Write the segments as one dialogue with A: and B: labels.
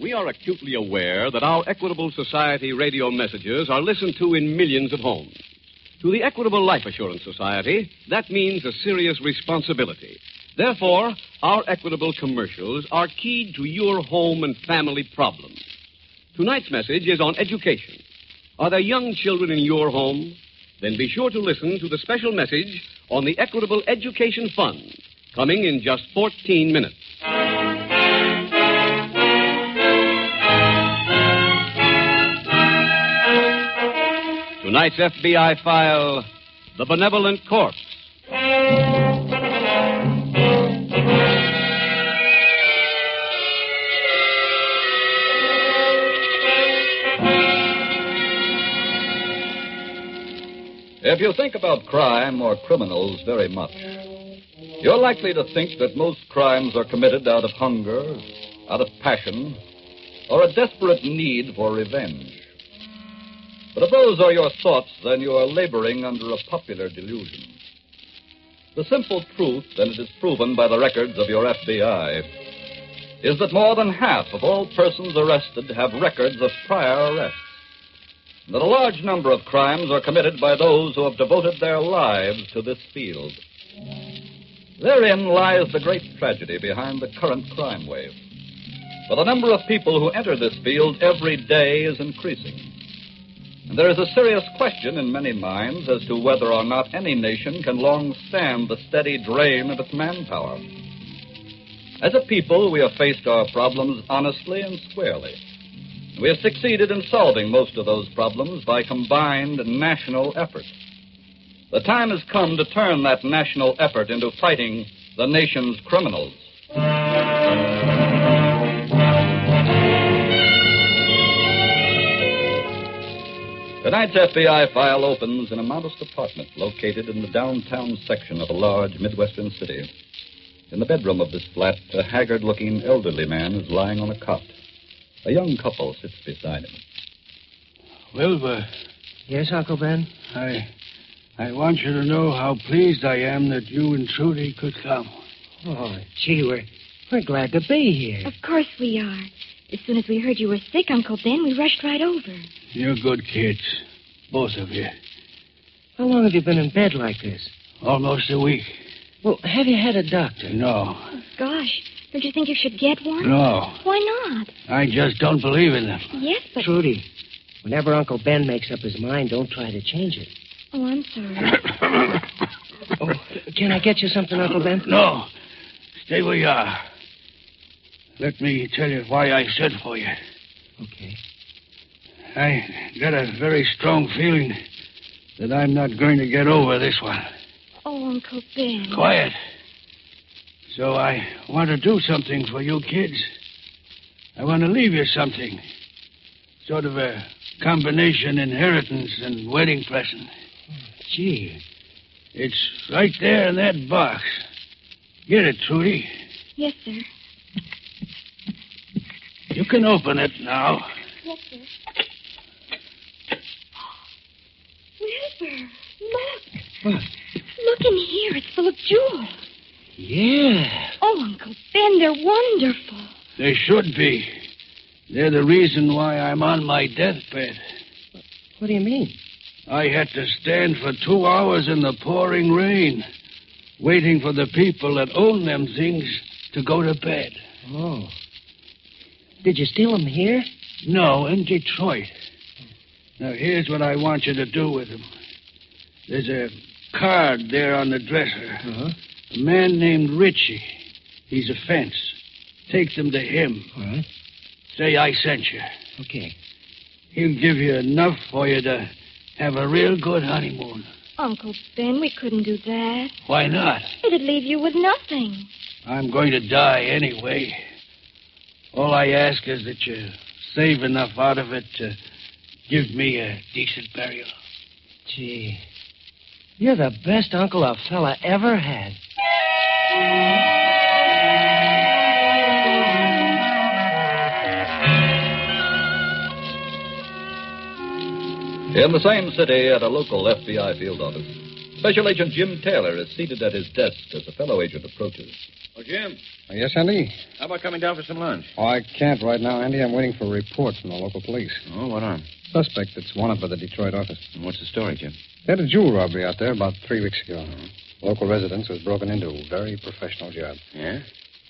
A: We are acutely aware that our Equitable Society radio messages are listened to in millions of homes. To the Equitable Life Assurance Society, that means a serious responsibility. Therefore, our Equitable commercials are keyed to your home and family problems. Tonight's message is on education. Are there young children in your home? Then be sure to listen to the special message on the Equitable Education Fund, coming in just 14 minutes. Tonight's FBI file The Benevolent Corpse.
B: If you think about crime or criminals very much, you're likely to think that most crimes are committed out of hunger, out of passion, or a desperate need for revenge. But if those are your thoughts, then you are laboring under a popular delusion. The simple truth, and it is proven by the records of your FBI, is that more than half of all persons arrested have records of prior arrests. and That a large number of crimes are committed by those who have devoted their lives to this field. Therein lies the great tragedy behind the current crime wave. For the number of people who enter this field every day is increasing. And there is a serious question in many minds as to whether or not any nation can long stand the steady drain of its manpower. As a people, we have faced our problems honestly and squarely. We have succeeded in solving most of those problems by combined national effort. The time has come to turn that national effort into fighting the nation's criminals. Tonight's FBI file opens in a modest apartment located in the downtown section of a large Midwestern city. In the bedroom of this flat, a haggard looking elderly man is lying on a cot. A young couple sits beside him.
C: Wilbur,
D: Yes, Uncle Ben?
C: I I want you to know how pleased I am that you and Trudy could come.
D: Oh, gee, we're, we're glad to be here.
E: Of course we are. As soon as we heard you were sick, Uncle Ben, we rushed right over.
C: You're good kids, both of you.
D: How long have you been in bed like this?
C: Almost a week.
D: Well, have you had a doctor?
C: No,
E: Gosh, don't you think you should get one?
C: no,
E: Why not?
C: I just don't believe in them.
E: Yes, but.
D: Trudy, whenever Uncle Ben makes up his mind, don't try to change it.
E: Oh, I'm sorry.
D: Oh, can I get you something, Uncle Ben?
C: No, stay where you are. Let me tell you why I sent for you.
D: Okay.
C: I got a very strong feeling that I'm not going to get over this one.
E: Oh, Uncle Ben.
C: Quiet. So I want to do something for you kids. I want to leave you something. Sort of a combination inheritance and wedding present.
D: Gee,
C: It's right there in that box. Get it, Trudy.
E: Yes, sir.
C: You can open it now.
E: Yes, sir. Wilbur, look.
D: What?
E: Look in here. It's full of jewels.
D: yeah.
E: Oh, Uncle Ben, they're wonderful.
C: They should be. They're the reason why I'm on my deathbed.
D: What do you mean?
C: I had to stand for two hours in the pouring rain, waiting for the people that own them things to go to bed.
D: Oh. Did you steal them here?
C: No, in Detroit. Now, here's what I want you to do with them. There's a card there on the dresser.
D: Uh-huh.
C: A man named Richie. He's a fence. Take them to him.
D: All right.
C: Say I sent you.
D: Uh-huh. Okay.
C: He'll give you enough for you to have a real good honeymoon.
E: Uncle Ben, we couldn't do that.
C: Why not?
E: It'd leave you with nothing.
C: I'm going to die anyway. All I ask is that you save enough out of it to give me a decent burial.
D: Gee. You're the best uncle a fella ever had.
B: In the same city at a local FBI field office, Special Agent Jim Taylor is seated at his desk as a fellow agent approaches.
F: Oh, Jim,
G: Yes, Andy?
F: how about coming down for some lunch?
G: Oh, I can't right now, Andy. I'm waiting for a report from the local police.
F: Oh, what on?
G: Suspect that's wanted by the Detroit office.
F: And what's the story, Jim?
G: They had a jewel robbery out there about three weeks ago. Local residence was broken into. Very professional job.
F: Yeah?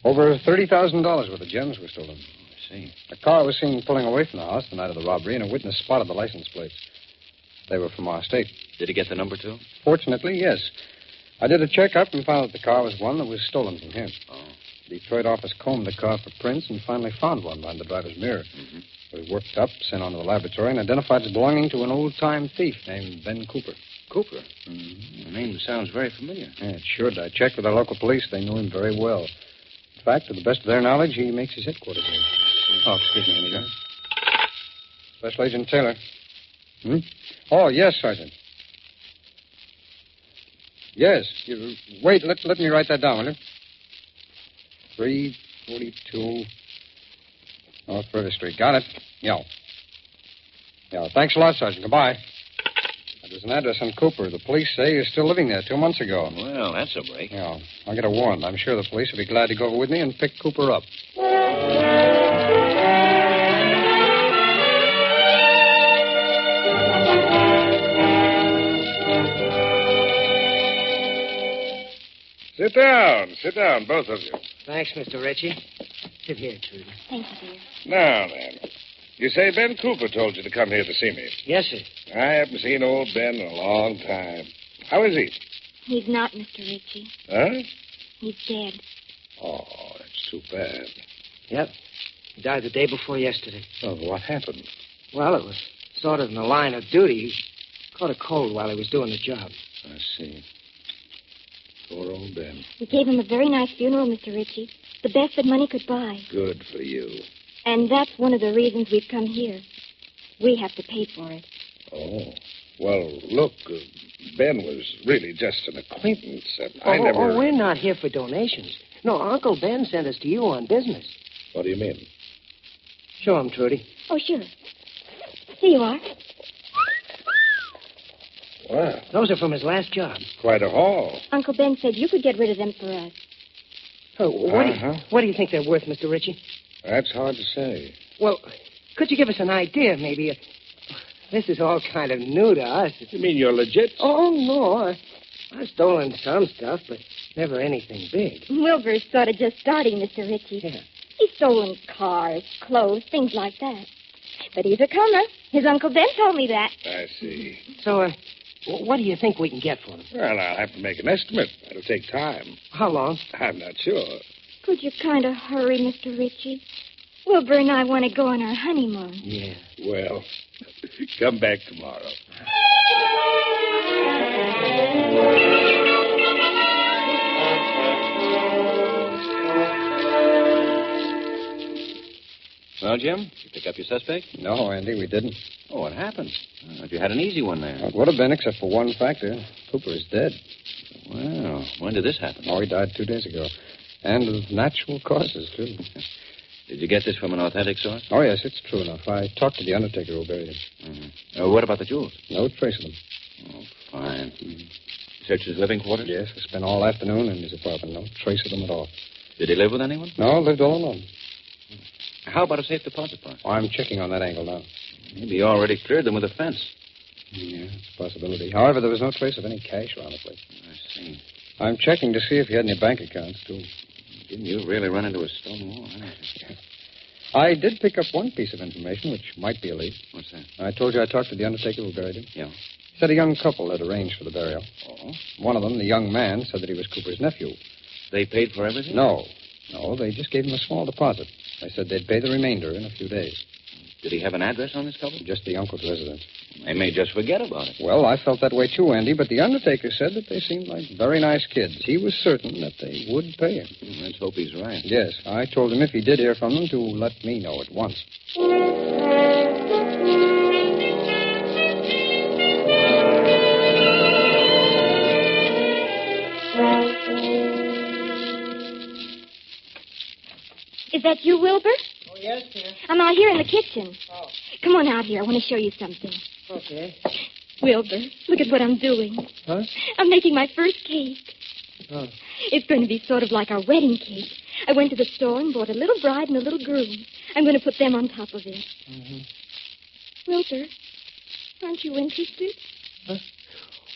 G: Over $30,000 worth of gems were stolen.
F: I see.
G: A car was seen pulling away from the house the night of the robbery, and a witness spotted the license plates. They were from our state.
F: Did he get the number, too?
G: Fortunately, yes. I did a checkup and found that the car was one that was stolen from him.
F: Oh.
G: Detroit office combed the car for prints and finally found one behind the driver's mirror.
F: Mhm.
G: It was worked up, sent on to the laboratory, and identified as belonging to an old time thief named Ben Cooper.
F: Cooper. Mm-hmm. The name sounds very familiar.
G: Yeah, it sure did. I checked with our local police. They knew him very well. In fact, to the best of their knowledge, he makes his headquarters here. Oh, excuse me, Anita. Special Agent Taylor. Hmm? Oh, yes, Sergeant. Yes. You, wait, let, let me write that down, will you? 342 North River Street. Got it. Yeah. Yeah, thanks a lot, Sergeant. Goodbye. That was an address on Cooper. The police say you're still living there two months ago.
F: Well, that's a break.
G: Yeah, I'll get a warrant. I'm sure the police will be glad to go over with me and pick Cooper up.
H: Sit down. Sit down, both of you.
D: Thanks, Mr. Ritchie. Sit here, Trudy.
E: Thank you, dear.
H: Now, then. You say Ben Cooper told you to come here to see me.
D: Yes, sir.
H: I haven't seen old Ben in a long time. How is he?
E: He's not Mr. Ritchie.
H: Huh?
E: He's dead.
H: Oh, that's too bad.
D: Yep. He died the day before yesterday.
H: Oh, what happened?
D: Well, it was sort of in the line of duty. He caught a cold while he was doing the job.
H: I see. Poor old Ben.
E: We gave him a very nice funeral, Mr. Ritchie. The best that money could buy.
H: Good for you.
E: And that's one of the reasons we've come here. We have to pay for it.
H: Oh. Well, look, uh, Ben was really just an acquaintance. and I
D: oh,
H: never.
D: oh, we're not here for donations. No, Uncle Ben sent us to you on business.
H: What do you mean?
D: Show him, Trudy.
E: Oh, sure. Here you are.
H: Well,
D: Those are from his last job.
H: quite a haul.
E: Uncle Ben said you could get rid of them for us.
D: Oh, what, do
H: Uh-huh.
D: you, what do you think they're worth, Mr. Ritchie?
H: That's hard to say.
D: Well, could you give us an idea, maybe? Uh, This is all kind of new to us.
H: You mean you're legit?
D: Oh, no. I've stolen some stuff, but never anything big.
E: Wilbur's sort of just starting, Mr. Ritchie.
D: Yeah.
E: He's stolen cars, clothes, things like that. But he's a comer. His Uncle Ben told me that.
H: I see.
D: So, uh, wh- what do you think we can get for them?
H: Well, I'll have to make an estimate. That'll take time.
D: How long?
H: I'm not sure.
E: Could you kind of hurry, Mr. Ritchie? Wilbur and I want to go on our honeymoon.
D: Yeah.
H: Well, come back tomorrow.
F: Well, Jim, you pick up your suspect?
G: No, Andy, we didn't.
F: Oh, what happened? Uh, you had an easy one there.
G: It would have been, except for one factor. Cooper is dead.
F: Well, when did this happen?
G: Oh, he died two days ago. And of natural causes, too.
F: Did you get this from an authentic source?
G: Oh, yes, it's true enough. I talked to the undertaker who buried him.
F: Uh, what about the jewels?
G: No trace of them.
F: Oh, fine. Mm-hmm. Search his living quarters?
G: Yes, I spent all afternoon in his apartment. No trace of them at all.
F: Did he live with anyone?
G: No, lived all alone.
F: How about a safe deposit box?
G: Oh, I'm checking on that angle now.
F: Maybe you already cleared them with a fence.
G: Yeah, it's a possibility. However, there was no trace of any cash around the place.
F: I see.
G: I'm checking to see if he had any bank accounts, too.
F: Didn't you really run into a stone wall? huh?
G: I did pick up one piece of information, which might be a lead.
F: What's that?
G: I told you I talked to the undertaker who buried him.
F: Yeah.
G: He said a young couple had arranged for the burial.
F: Oh.
G: One of them, the young man, said that he was Cooper's nephew.
F: They paid for everything?
G: No, no, they just gave him a small deposit. They said they'd pay the remainder in a few days.
F: Did he have an address on this couple?
G: Just the uncle's residence.
F: They may just forget about it.
G: Well, I felt that way too, Andy, but the undertaker said that they seemed like very nice kids. He was certain that they would pay him.
F: Hmm, Let's hope he's right.
G: Yes, I told him if he did hear from them to let me know at once.
D: Oh,
E: Is that you, Wilbur?
D: Oh, yes, dear.
E: I'm out here in the kitchen.
D: Oh.
E: Come on out here. I want to show you something.
D: Okay.
E: Wilbur, look at what I'm doing.
D: Huh?
E: I'm making my first cake.
D: Oh.
E: It's going to be sort of like our wedding cake. I went to the store and bought a little bride and a little groom. I'm going to put them on top of it.
D: Mm-hmm.
E: Wilbur, aren't you interested?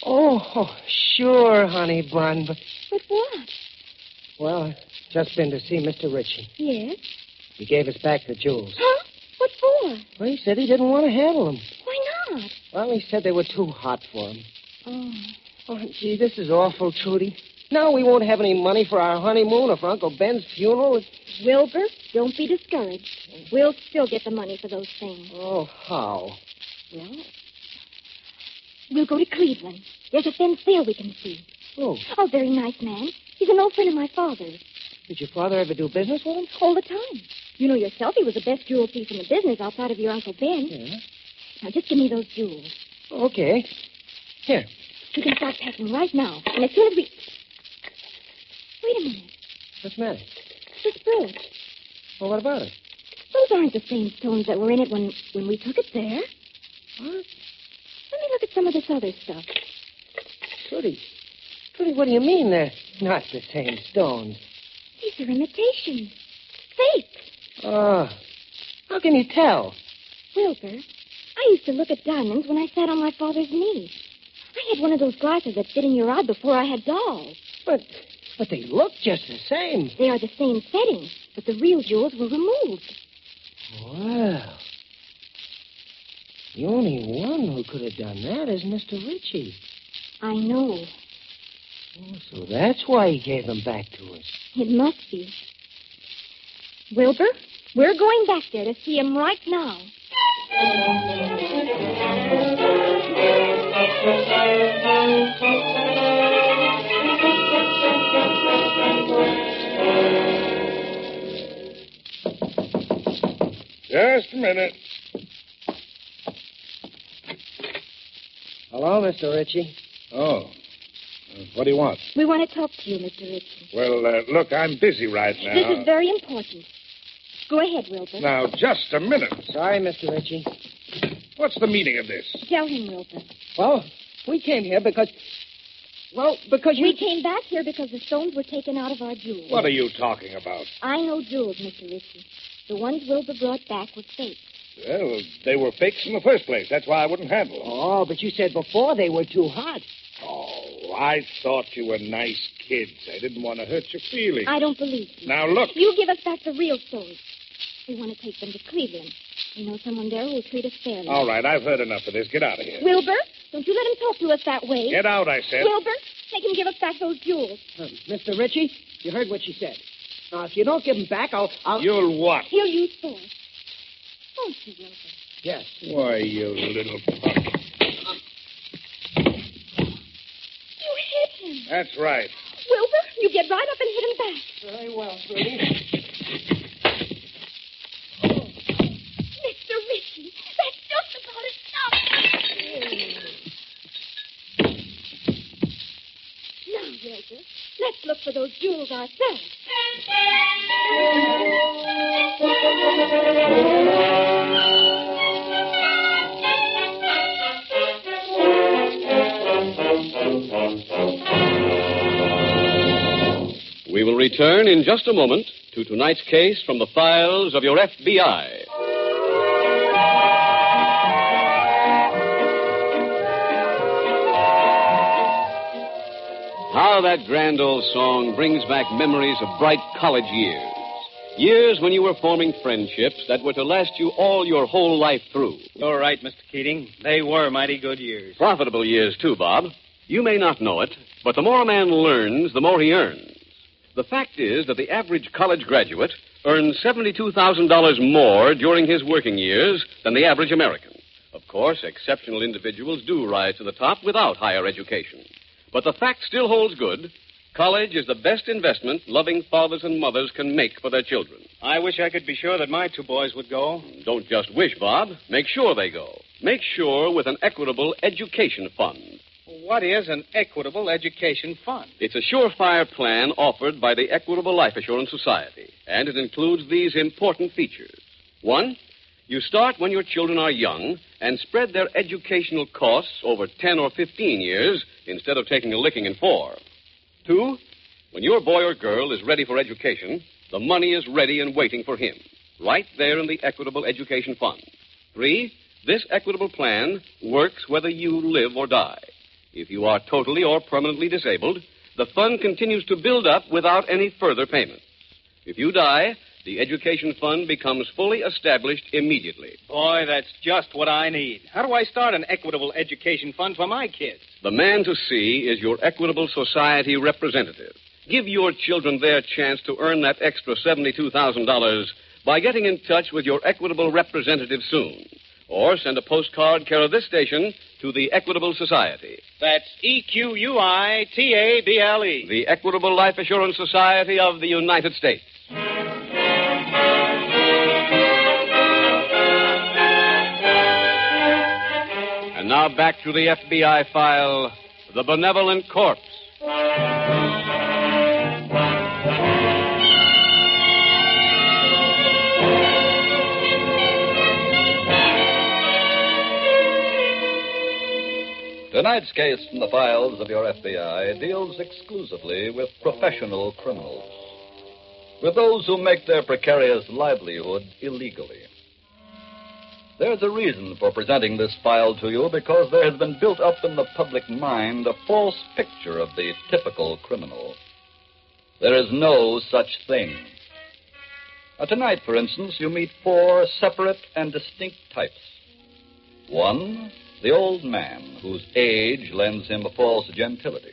D: Oh, oh, sure, honey bun. But,
E: But what?
D: well, I've just been to see Mr. Ritchie.
E: Yes.
D: He gave us back the jewels.
E: Huh? What for?
D: Well, he said he didn't want to handle them.
E: Why not?
D: Well, he said they were too hot for him.
E: Oh.
D: Oh, gee, this is awful, Trudy. Now we won't have any money for our honeymoon or for Uncle Ben's funeral.
E: Wilbur, don't be discouraged. We'll still get the money for those things.
D: Oh, how?
E: Well, we'll go to Cleveland. There's a thin sale we can see.
D: Oh,
E: Oh, very nice man. He's an old friend of my father's.
D: did your father ever do business with him?
E: All the time. You know yourself he was the best jewel thief in the business outside of your Uncle Ben.
D: Yeah.
E: Now, just give me those jewels.
D: Okay. Here.
E: You can start packing right now. And as soon as we... Wait a minute.
D: What's the matter?
E: This brooch.
D: Well, what about it?
E: Those aren't the same stones that were in it when, when we took it there.
D: What?
E: Let me look at some of this other stuff.
D: Trudy. Trudy, what do you mean they're not the same stones?
E: These are imitations. Fake.
D: Oh. How can you tell?
E: Wilbur, I used to look at diamonds when I sat on my father's knee. I had one of those glasses that fit in your eye before I had dolls.
D: But but they look just the same.
E: They are the same setting, but the real jewels were removed.
D: Well. The only one who could have done that is Mr. Ritchie.
E: I know.
D: Oh, so that's why he gave them back to us.
E: It must be. Wilbur, we're going back there to see him right now.
D: Oh,
H: Just a minute.
D: Hello, Mr. Ritchie.
H: Oh. Uh, What do you want?
E: We want to talk to you, Mr. Ritchie.
H: Well, uh, look, I'm busy right now.
E: This is very important. Go ahead, Wilbur.
H: Now, just a minute.
D: Sorry, Mr. Ritchie.
H: What's the meaning of this?
E: Tell him, Wilbur.
D: Well, we came here because. Well, because you.
E: We came back here because the stones were taken out of our jewels.
H: What are you talking about?
E: I know jewels, Mr. Ritchie. The ones Wilbur brought back were fake.
H: Well, they were fakes in the first place. That's why I wouldn't handle them.
D: Oh, but you said before they were too hot.
H: Oh, I thought you were nice kids. I didn't want to hurt your feelings.
E: I don't believe you.
H: Now, look.
E: You give us back the real stones. We want to take them to Cleveland. We know someone there who will treat us fairly.
H: All right, I've heard enough of this. Get out of here.
E: Wilbur, don't you let him talk to us that way.
H: Get out, I said.
E: Wilbur, make him give us back those jewels.
D: Uh, Mr. Ritchie, you heard what she said. Now, if you don't give them back, I'll. I'll...
H: You'll what?
E: He'll use force. Won't Oh, you, Wilbur?
D: Yes.
H: Why, you little punk.
E: You hit him.
H: That's right.
E: Wilbur, you get right up and hit him back.
D: Very well, Trudy.
E: Mr. Ritchie, that's just about it. Now, Wilbur, let's look for those jewels ourselves.
A: We will return in just a moment to tonight's case from the files of your FBI. How that grand old song brings back memories of bright college years. Years when you were forming friendships that were to last you all your whole life through.
I: You're right, Mr. Keating. They were mighty good years.
A: Profitable years, too, Bob. You may not know it, but the more a man learns, the more he earns. The fact is that the average college graduate earns $72,000 more during his working years than the average American. Of course, exceptional individuals do rise to the top without higher education. But the fact still holds good. College is the best investment loving fathers and mothers can make for their children.
I: I wish I could be sure that my two boys would go.
A: Don't just wish, Bob. Make sure they go. Make sure with an equitable education fund.
I: What is an equitable education fund?
A: It's a surefire plan offered by the Equitable Life Assurance Society, and it includes these important features. One, you start when your children are young and spread their educational costs over 10 or 15 years instead of taking a licking in four. Two, when your boy or girl is ready for education, the money is ready and waiting for him, right there in the Equitable Education Fund. Three, this equitable plan works whether you live or die. If you are totally or permanently disabled, the fund continues to build up without any further payment. If you die, the education fund becomes fully established immediately.
I: Boy, that's just what I need. How do I start an equitable education fund for my kids?
A: The man to see is your Equitable Society representative. Give your children their chance to earn that extra $72,000 by getting in touch with your Equitable representative soon. Or send a postcard care of this station to the Equitable Society.
I: That's E Q U I T A B L E.
A: The Equitable Life Assurance Society of the United States. And now back to the FBI file The Benevolent Corpse.
B: Tonight's case from the files of your FBI deals exclusively with professional criminals, with those who make their precarious livelihood illegally. There's a reason for presenting this file to you because there has been built up in the public mind a false picture of the typical criminal. There is no such thing. Now, tonight, for instance, you meet four separate and distinct types. One, the old man, whose age lends him a false gentility.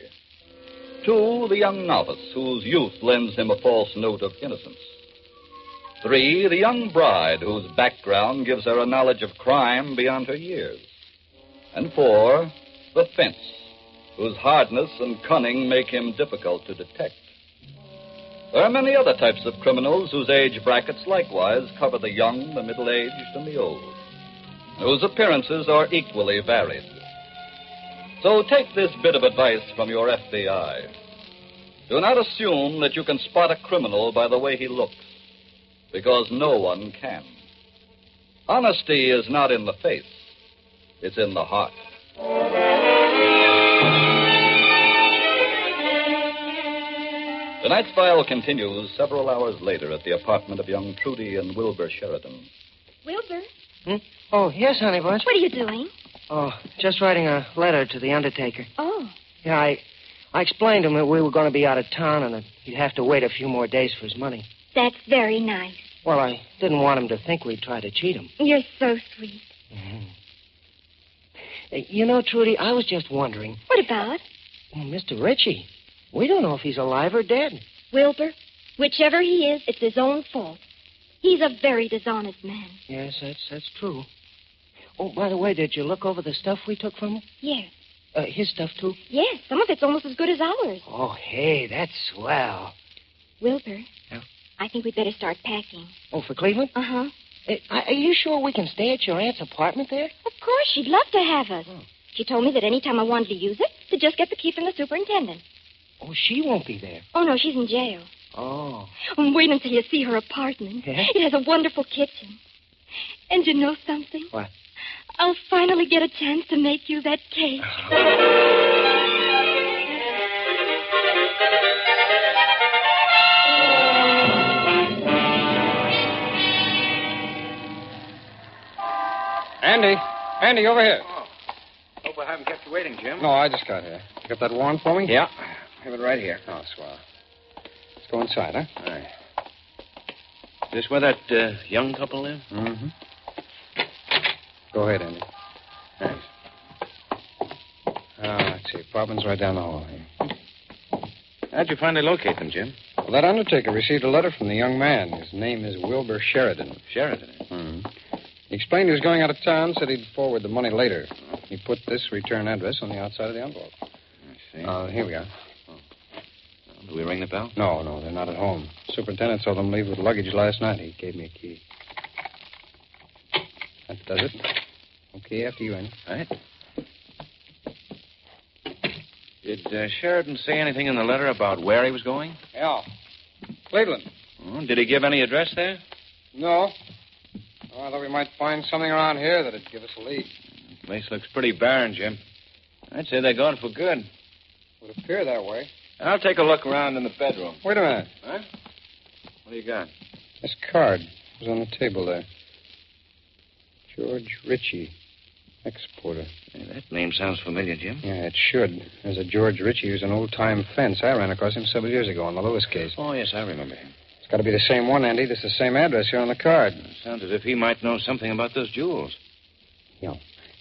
B: Two, the young novice, whose youth lends him a false note of innocence. Three, the young bride, whose background gives her a knowledge of crime beyond her years. And four, the fence, whose hardness and cunning make him difficult to detect. There are many other types of criminals whose age brackets likewise cover the young, the middle aged, and the old whose appearances are equally varied. So take this bit of advice from your FBI. Do not assume that you can spot a criminal by the way he looks, because no one can. Honesty is not in the face, it's in the heart. Tonight's file continues several hours later at the apartment of young Trudy and Wilbur Sheridan.
E: Wilbur,
D: Hmm? Oh, yes, honey bunch.
E: what are you doing?
D: Oh, just writing a letter to the undertaker.
E: Oh,
D: Yeah, I, I explained to him that we were going to be out of town and that he'd have to wait a few more days for his money.
E: that's very nice.
D: Well, I didn't want him to think we'd try to cheat him.
E: You're so sweet.
D: Uh, You know, Trudy, I was just wondering.
E: What about
D: Well, Mr. Ritchie, we don't know if he's alive or dead.
E: Wilbur? Whichever he is, it's his own fault. He's a very dishonest man.
D: Yes, that's that's true. Oh, by the way, did you look over the stuff we took from him?
E: Yes,
D: Uh, his stuff too.
E: yes. Some of it's almost as good as ours.
D: Oh, hey, that's swell.
E: Wilbur,
D: Yeah?
E: I think we'd better start packing.
D: Oh, for Cleveland?
E: Uh huh.
D: Uh, are you sure we can stay at your aunt's apartment there?
E: Of course, she'd love to have us. She told me that any time I wanted to use it, to just get the key from the superintendent.
D: Oh, she won't be there.
E: Oh, no, she's in jail.
D: Oh.
E: Oh, wait until you see her apartment.
D: Yeah?
E: It has a wonderful kitchen. And you know something?
D: What?
E: I'll finally get a chance to make you that cake.
C: Andy, Andy, over here.
F: Hope I haven't kept you waiting, Jim.
G: No, I just got here. You got that warrant for me?
F: Yeah. have it right here. Oh, swell.
G: Let's go inside, huh?
F: All right. This where that uh, young couple live?
G: Mm-hmm. Go ahead, Andy.
F: Thanks.
G: Ah, let's see. Provin's right down the hall here.
F: How'd you finally locate them, Jim?
G: Well, that undertaker received a letter from the young man. His name is Wilbur Sheridan.
F: Sheridan.
G: hmm He explained he was going out of town, said he'd forward the money later. He put this return address on the outside of the envelope.
F: I see. Oh.
G: Uh, here we are.
F: Do we ring the bell?
G: No, no, they're not at home. Superintendent saw them leave with luggage last night. He gave me a key. That does it. Okay, after you, Andy.
F: All right. Did uh, Sheridan say anything in the letter about where he was going?
G: Yeah. Cleveland.
F: Oh, did he give any address there?
G: No. Oh, I thought we might find something around here that'd give us a lead.
F: Place looks pretty barren, Jim. I'd say they're gone for good.
G: Would appear that way.
F: I'll take a look around in the bedroom.
G: Wait a minute.
F: Huh? What do you got?
G: This card was on the table there. George Ritchie, exporter.
F: Hey, that name sounds familiar, Jim.
G: Yeah, it should. There's a George Ritchie who's an old-time fence. I ran across him several years ago on the Lewis case.
F: Oh, yes, I remember him.
G: It's got to be the same one, Andy. This is the same address here on the card.
F: Sounds as if he might know something about those jewels.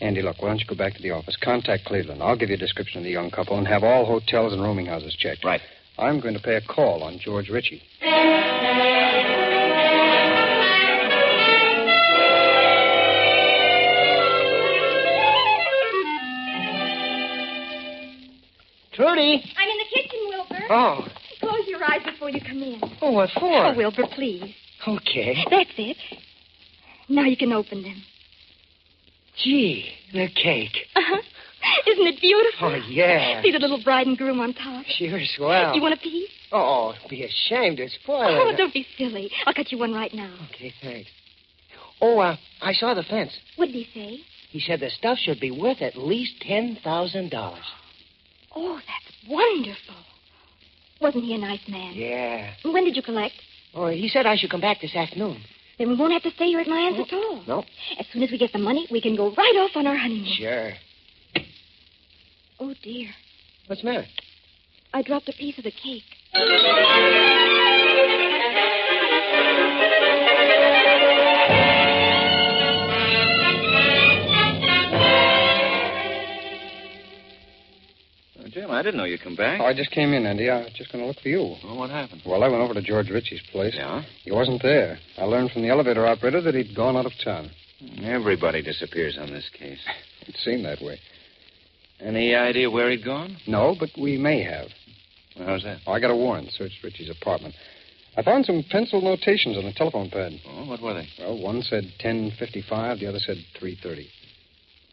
G: Andy, look, why don't you go back to the office? Contact Cleveland. I'll give you a description of the young couple and have all hotels and rooming houses checked.
F: Right.
G: I'm going to pay a call on George Ritchie.
D: Trudy!
E: I'm in the kitchen, Wilbur.
D: Oh.
E: Close your eyes before you come in.
D: Oh, what for?
E: Oh, Wilbur, please.
D: Okay.
E: That's it. Now you can open them.
D: Gee, the cake.
E: Uh-huh. Isn't it beautiful?
D: Oh, yeah.
E: See the little bride and groom on top.
D: Sure, swell.
E: You want a piece?
D: Oh, it'd be ashamed to spoil
E: Oh,
D: it.
E: don't be silly. I'll cut you one right now.
D: Okay, thanks. Oh, uh, I saw the fence.
E: What did he say?
D: He said the stuff should be worth at least ten thousand dollars.
E: Oh, that's wonderful. Wasn't he a nice man?
D: Yeah.
E: And When did you collect?
D: Oh, he said I should come back this afternoon. Oh.
E: Then we won't have to stay here at my aunt's at all.
D: No.
E: As soon as we get the money, we can go right off on our honeymoon.
D: Sure.
E: Oh, dear.
D: What's the matter?
E: I dropped a piece of the cake.
F: Oh, Jim, I didn't know you'd come back.
G: Oh, I just came in, Andy. I was just going to look for you.
F: Well, what happened?
G: Well, I went over to George Ritchie's place.
F: Yeah?
G: He wasn't there. I learned from the elevator operator that he'd gone out of town.
F: Everybody disappears on this case.
G: It seemed that way.
F: Any idea where he'd gone? Oh,
G: No, but we may have. Oh,
F: Well, how's that?
G: I got a warrant. Searched Ritchie's apartment. I found some pencil notations on the telephone pad.
F: Oh, what were they?
G: Well, one said 10.55, the other said 3.30.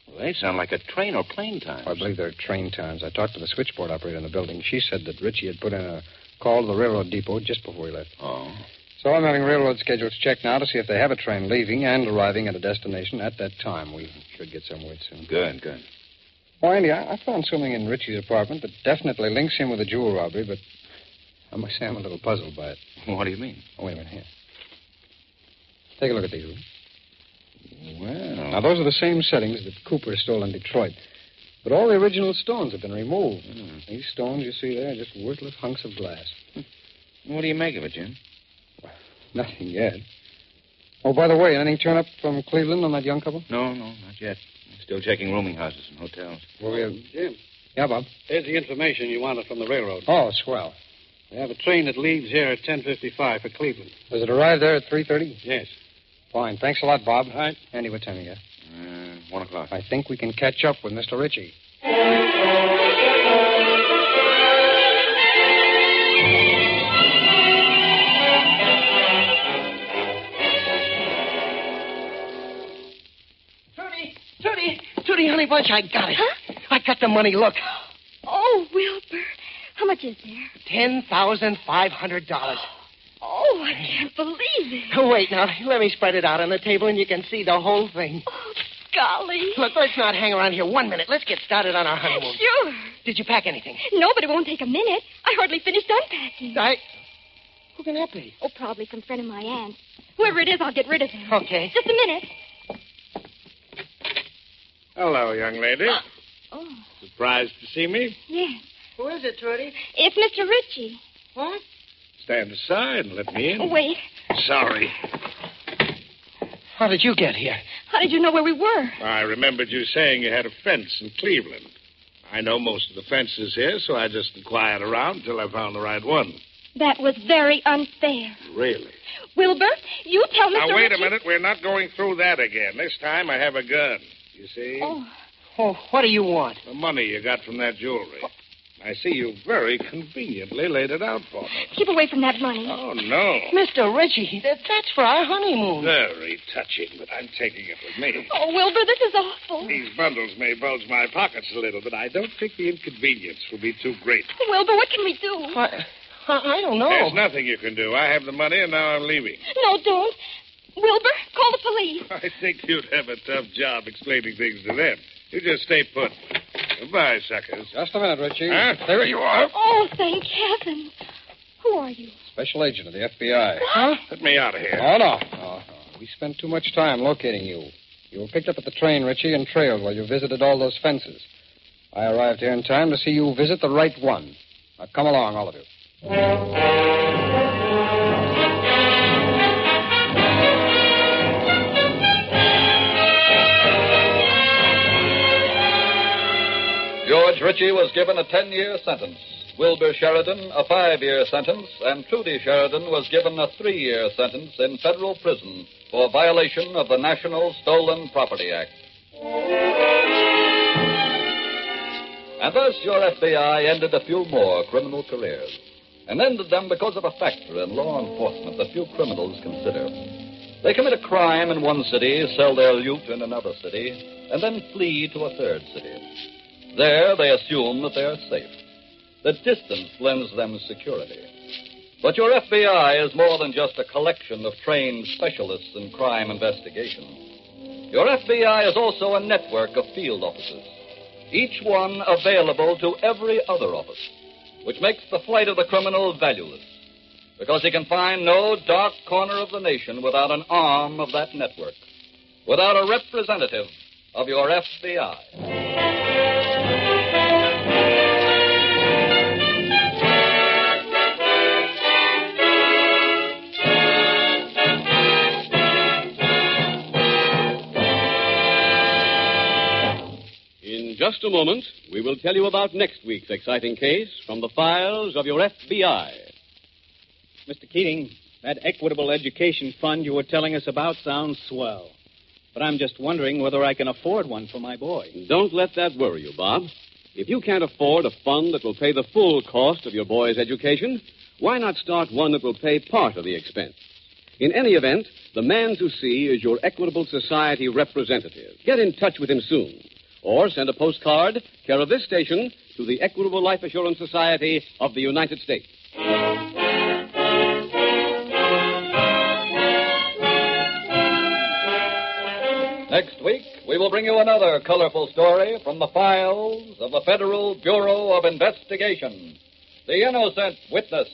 F: Well, they sound like a train or plane time.
G: Oh, I believe they're train times. I talked to the switchboard operator in the building. She said that Ritchie had put in a call to the railroad depot just before he left.
F: Oh.
G: So I'm having railroad schedules checked now to see if they have a train leaving and arriving at a destination at that time. We should get some word soon.
F: Good, good.
G: Well, Andy, I, I found something in Ritchie's apartment that definitely links him with the jewel robbery, but I must say I'm a little puzzled by it.
F: What do you mean?
G: Oh, wait a minute here. Take a look at these. will you?
F: Well,
G: Now, those are the same settings that Cooper stole in Detroit. But all the original stones have been removed.
C: Hmm.
G: These stones you see there are just worthless hunks of glass.
F: what do you make of it, Jim?
G: Nothing yet. Oh, by the way, anything turn up from Cleveland on that young couple?
F: No, no, not yet. Still checking rooming houses and hotels.
G: Well, we have...
C: Jim,
G: Yeah, Bob.
C: here's the information you wanted from the railroad.
G: Oh, swell.
C: They have a train that leaves here at 10.55 for Cleveland.
G: Does it arrive there at 3.30?
C: Yes.
G: Fine. Thanks a lot, Bob.
C: All right.
G: Andy, what time you got?
F: Uh, one o'clock.
G: I think we can catch up with Mr. Ritchie.
D: Trudy, Trudy, Trudy, honey bunch, I got it. I got the money. Look,
E: Oh, Wilbur. How much is there?
D: ten thousand five hundred dollars.
E: Oh, I can't believe it.
D: Oh, Wait now, let me spread it out on the table and you can see the whole thing.
E: Oh, golly.
D: Look, let's not hang around here one minute. Let's get started on our honeymoon.
E: Sure.
D: Did you pack anything?
E: No, but it won't take a minute. I hardly finished unpacking.
D: I. Who can that be?
E: Oh, probably some friend of my aunt's. Whoever it is, I'll get rid of him.
D: Okay.
E: Just a minute.
H: Hello, young lady.
E: Oh,
H: Surprised to see me?
E: yes.
J: Who is it, Trudy?
E: It's Mr. Ritchie.
J: What?
H: Stand aside and let me in.
E: Oh, Wait,
H: Sorry.
D: How did you get here?
E: how did you know where we were?
H: I remembered you saying you had a fence in Cleveland. I know most of the fences here, so I just inquired around until I found the right one.
E: That was very unfair.
H: Really?
E: Wilbur, you tell Mr.
H: now, wait
E: Ritchie-
H: a minute. We're not going through that again. This time I have a gun. You see?
E: Oh,
D: Oh, what do you want?
H: The money you got from that jewelry. I see you very conveniently laid it out for me.
E: keep away from that money.
H: Oh, no.
D: Mr. Ritchie, that, that's for our honeymoon.
H: Very touching, but I'm taking it with me.
E: Oh, Wilbur, this is awful.
H: These bundles may bulge my pockets a little, but I don't think the inconvenience will be too great.
E: Wilbur, what can we do?
D: I, I don't know.
H: There's nothing you can do. I have the money, and now I'm leaving.
E: No, don't. Wilbur, call the police.
H: I think you'd have a tough job explaining things to them. You just stay put. Goodbye, suckers.
G: Just a minute, Richie.
H: Huh?
G: There you are.
E: Oh, thank heaven. Who are you?
G: Special agent of the FBI.
E: Huh?
H: Get me out of here.
G: No, no, no, no. Oh, We spent too much time locating you. You were picked up at the train, Richie, and trailed while you visited all those fences. I arrived here in time to see you visit the right one. Now, come along, all of you.
B: George Ritchie was given a 10 year sentence. Wilbur Sheridan, a five year sentence, and Trudy Sheridan was given a three year sentence in federal prison for violation of the National Stolen Property Act. And thus, your FBI ended a few more criminal careers, and ended them because of a factor in law enforcement that few criminals consider. They commit a crime in one city, sell their loot in another city, and then flee to a third city. There, they assume that they are safe. The distance lends them security. But your FBI is more than just a collection of trained specialists in crime investigation. Your FBI is also a network of field offices, each one available to every other office, which makes the flight of the criminal valueless, because he can find no dark corner of the nation without an arm of that network, without a representative of your FBI.
A: In just a moment, we will tell you about next week's exciting case from the files of your FBI.
I: Mr. Keating, that Equitable Education Fund you were telling us about sounds swell. But I'm just wondering whether I can afford one for my boy.
A: Don't let that worry you, Bob. If you can't afford a fund that will pay the full cost of your boy's education, why not start one that will pay part of the expense? In any event, the man to see is your Equitable Society representative. Get in touch with him soon. Or send a postcard, care of this station, to the Equitable Life Assurance Society of the United States.
B: Next week, we will bring you another colorful story from the files of the Federal Bureau of Investigation. The Innocent Witness.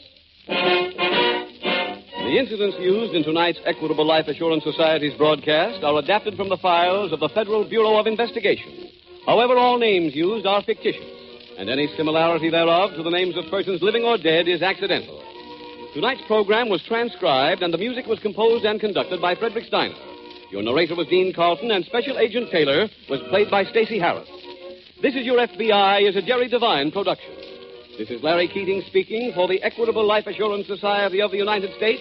A: The incidents used in tonight's Equitable Life Assurance Society's broadcast are adapted from the files of the Federal Bureau of Investigation. However, all names used are fictitious, and any similarity thereof to the names of persons living or dead is accidental. Tonight's program was transcribed, and the music was composed and conducted by Frederick Steiner. Your narrator was Dean Carlton, and Special Agent Taylor was played by Stacy Harris. This is Your FBI is a Jerry Devine production. This is Larry Keating speaking for the Equitable Life Assurance Society of the United States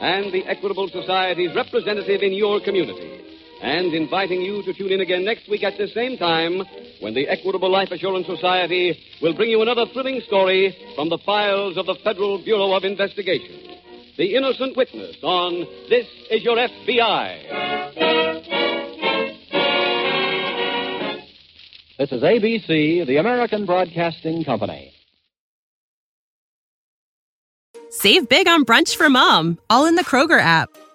A: and the Equitable Society's representative in your community. And inviting you to tune in again next week at the same time when the Equitable Life Assurance Society will bring you another thrilling story from the files of the Federal Bureau of Investigation. The Innocent Witness on This Is Your FBI.
K: This is ABC, the American Broadcasting Company.
L: Save big on brunch for mom, all in the Kroger app.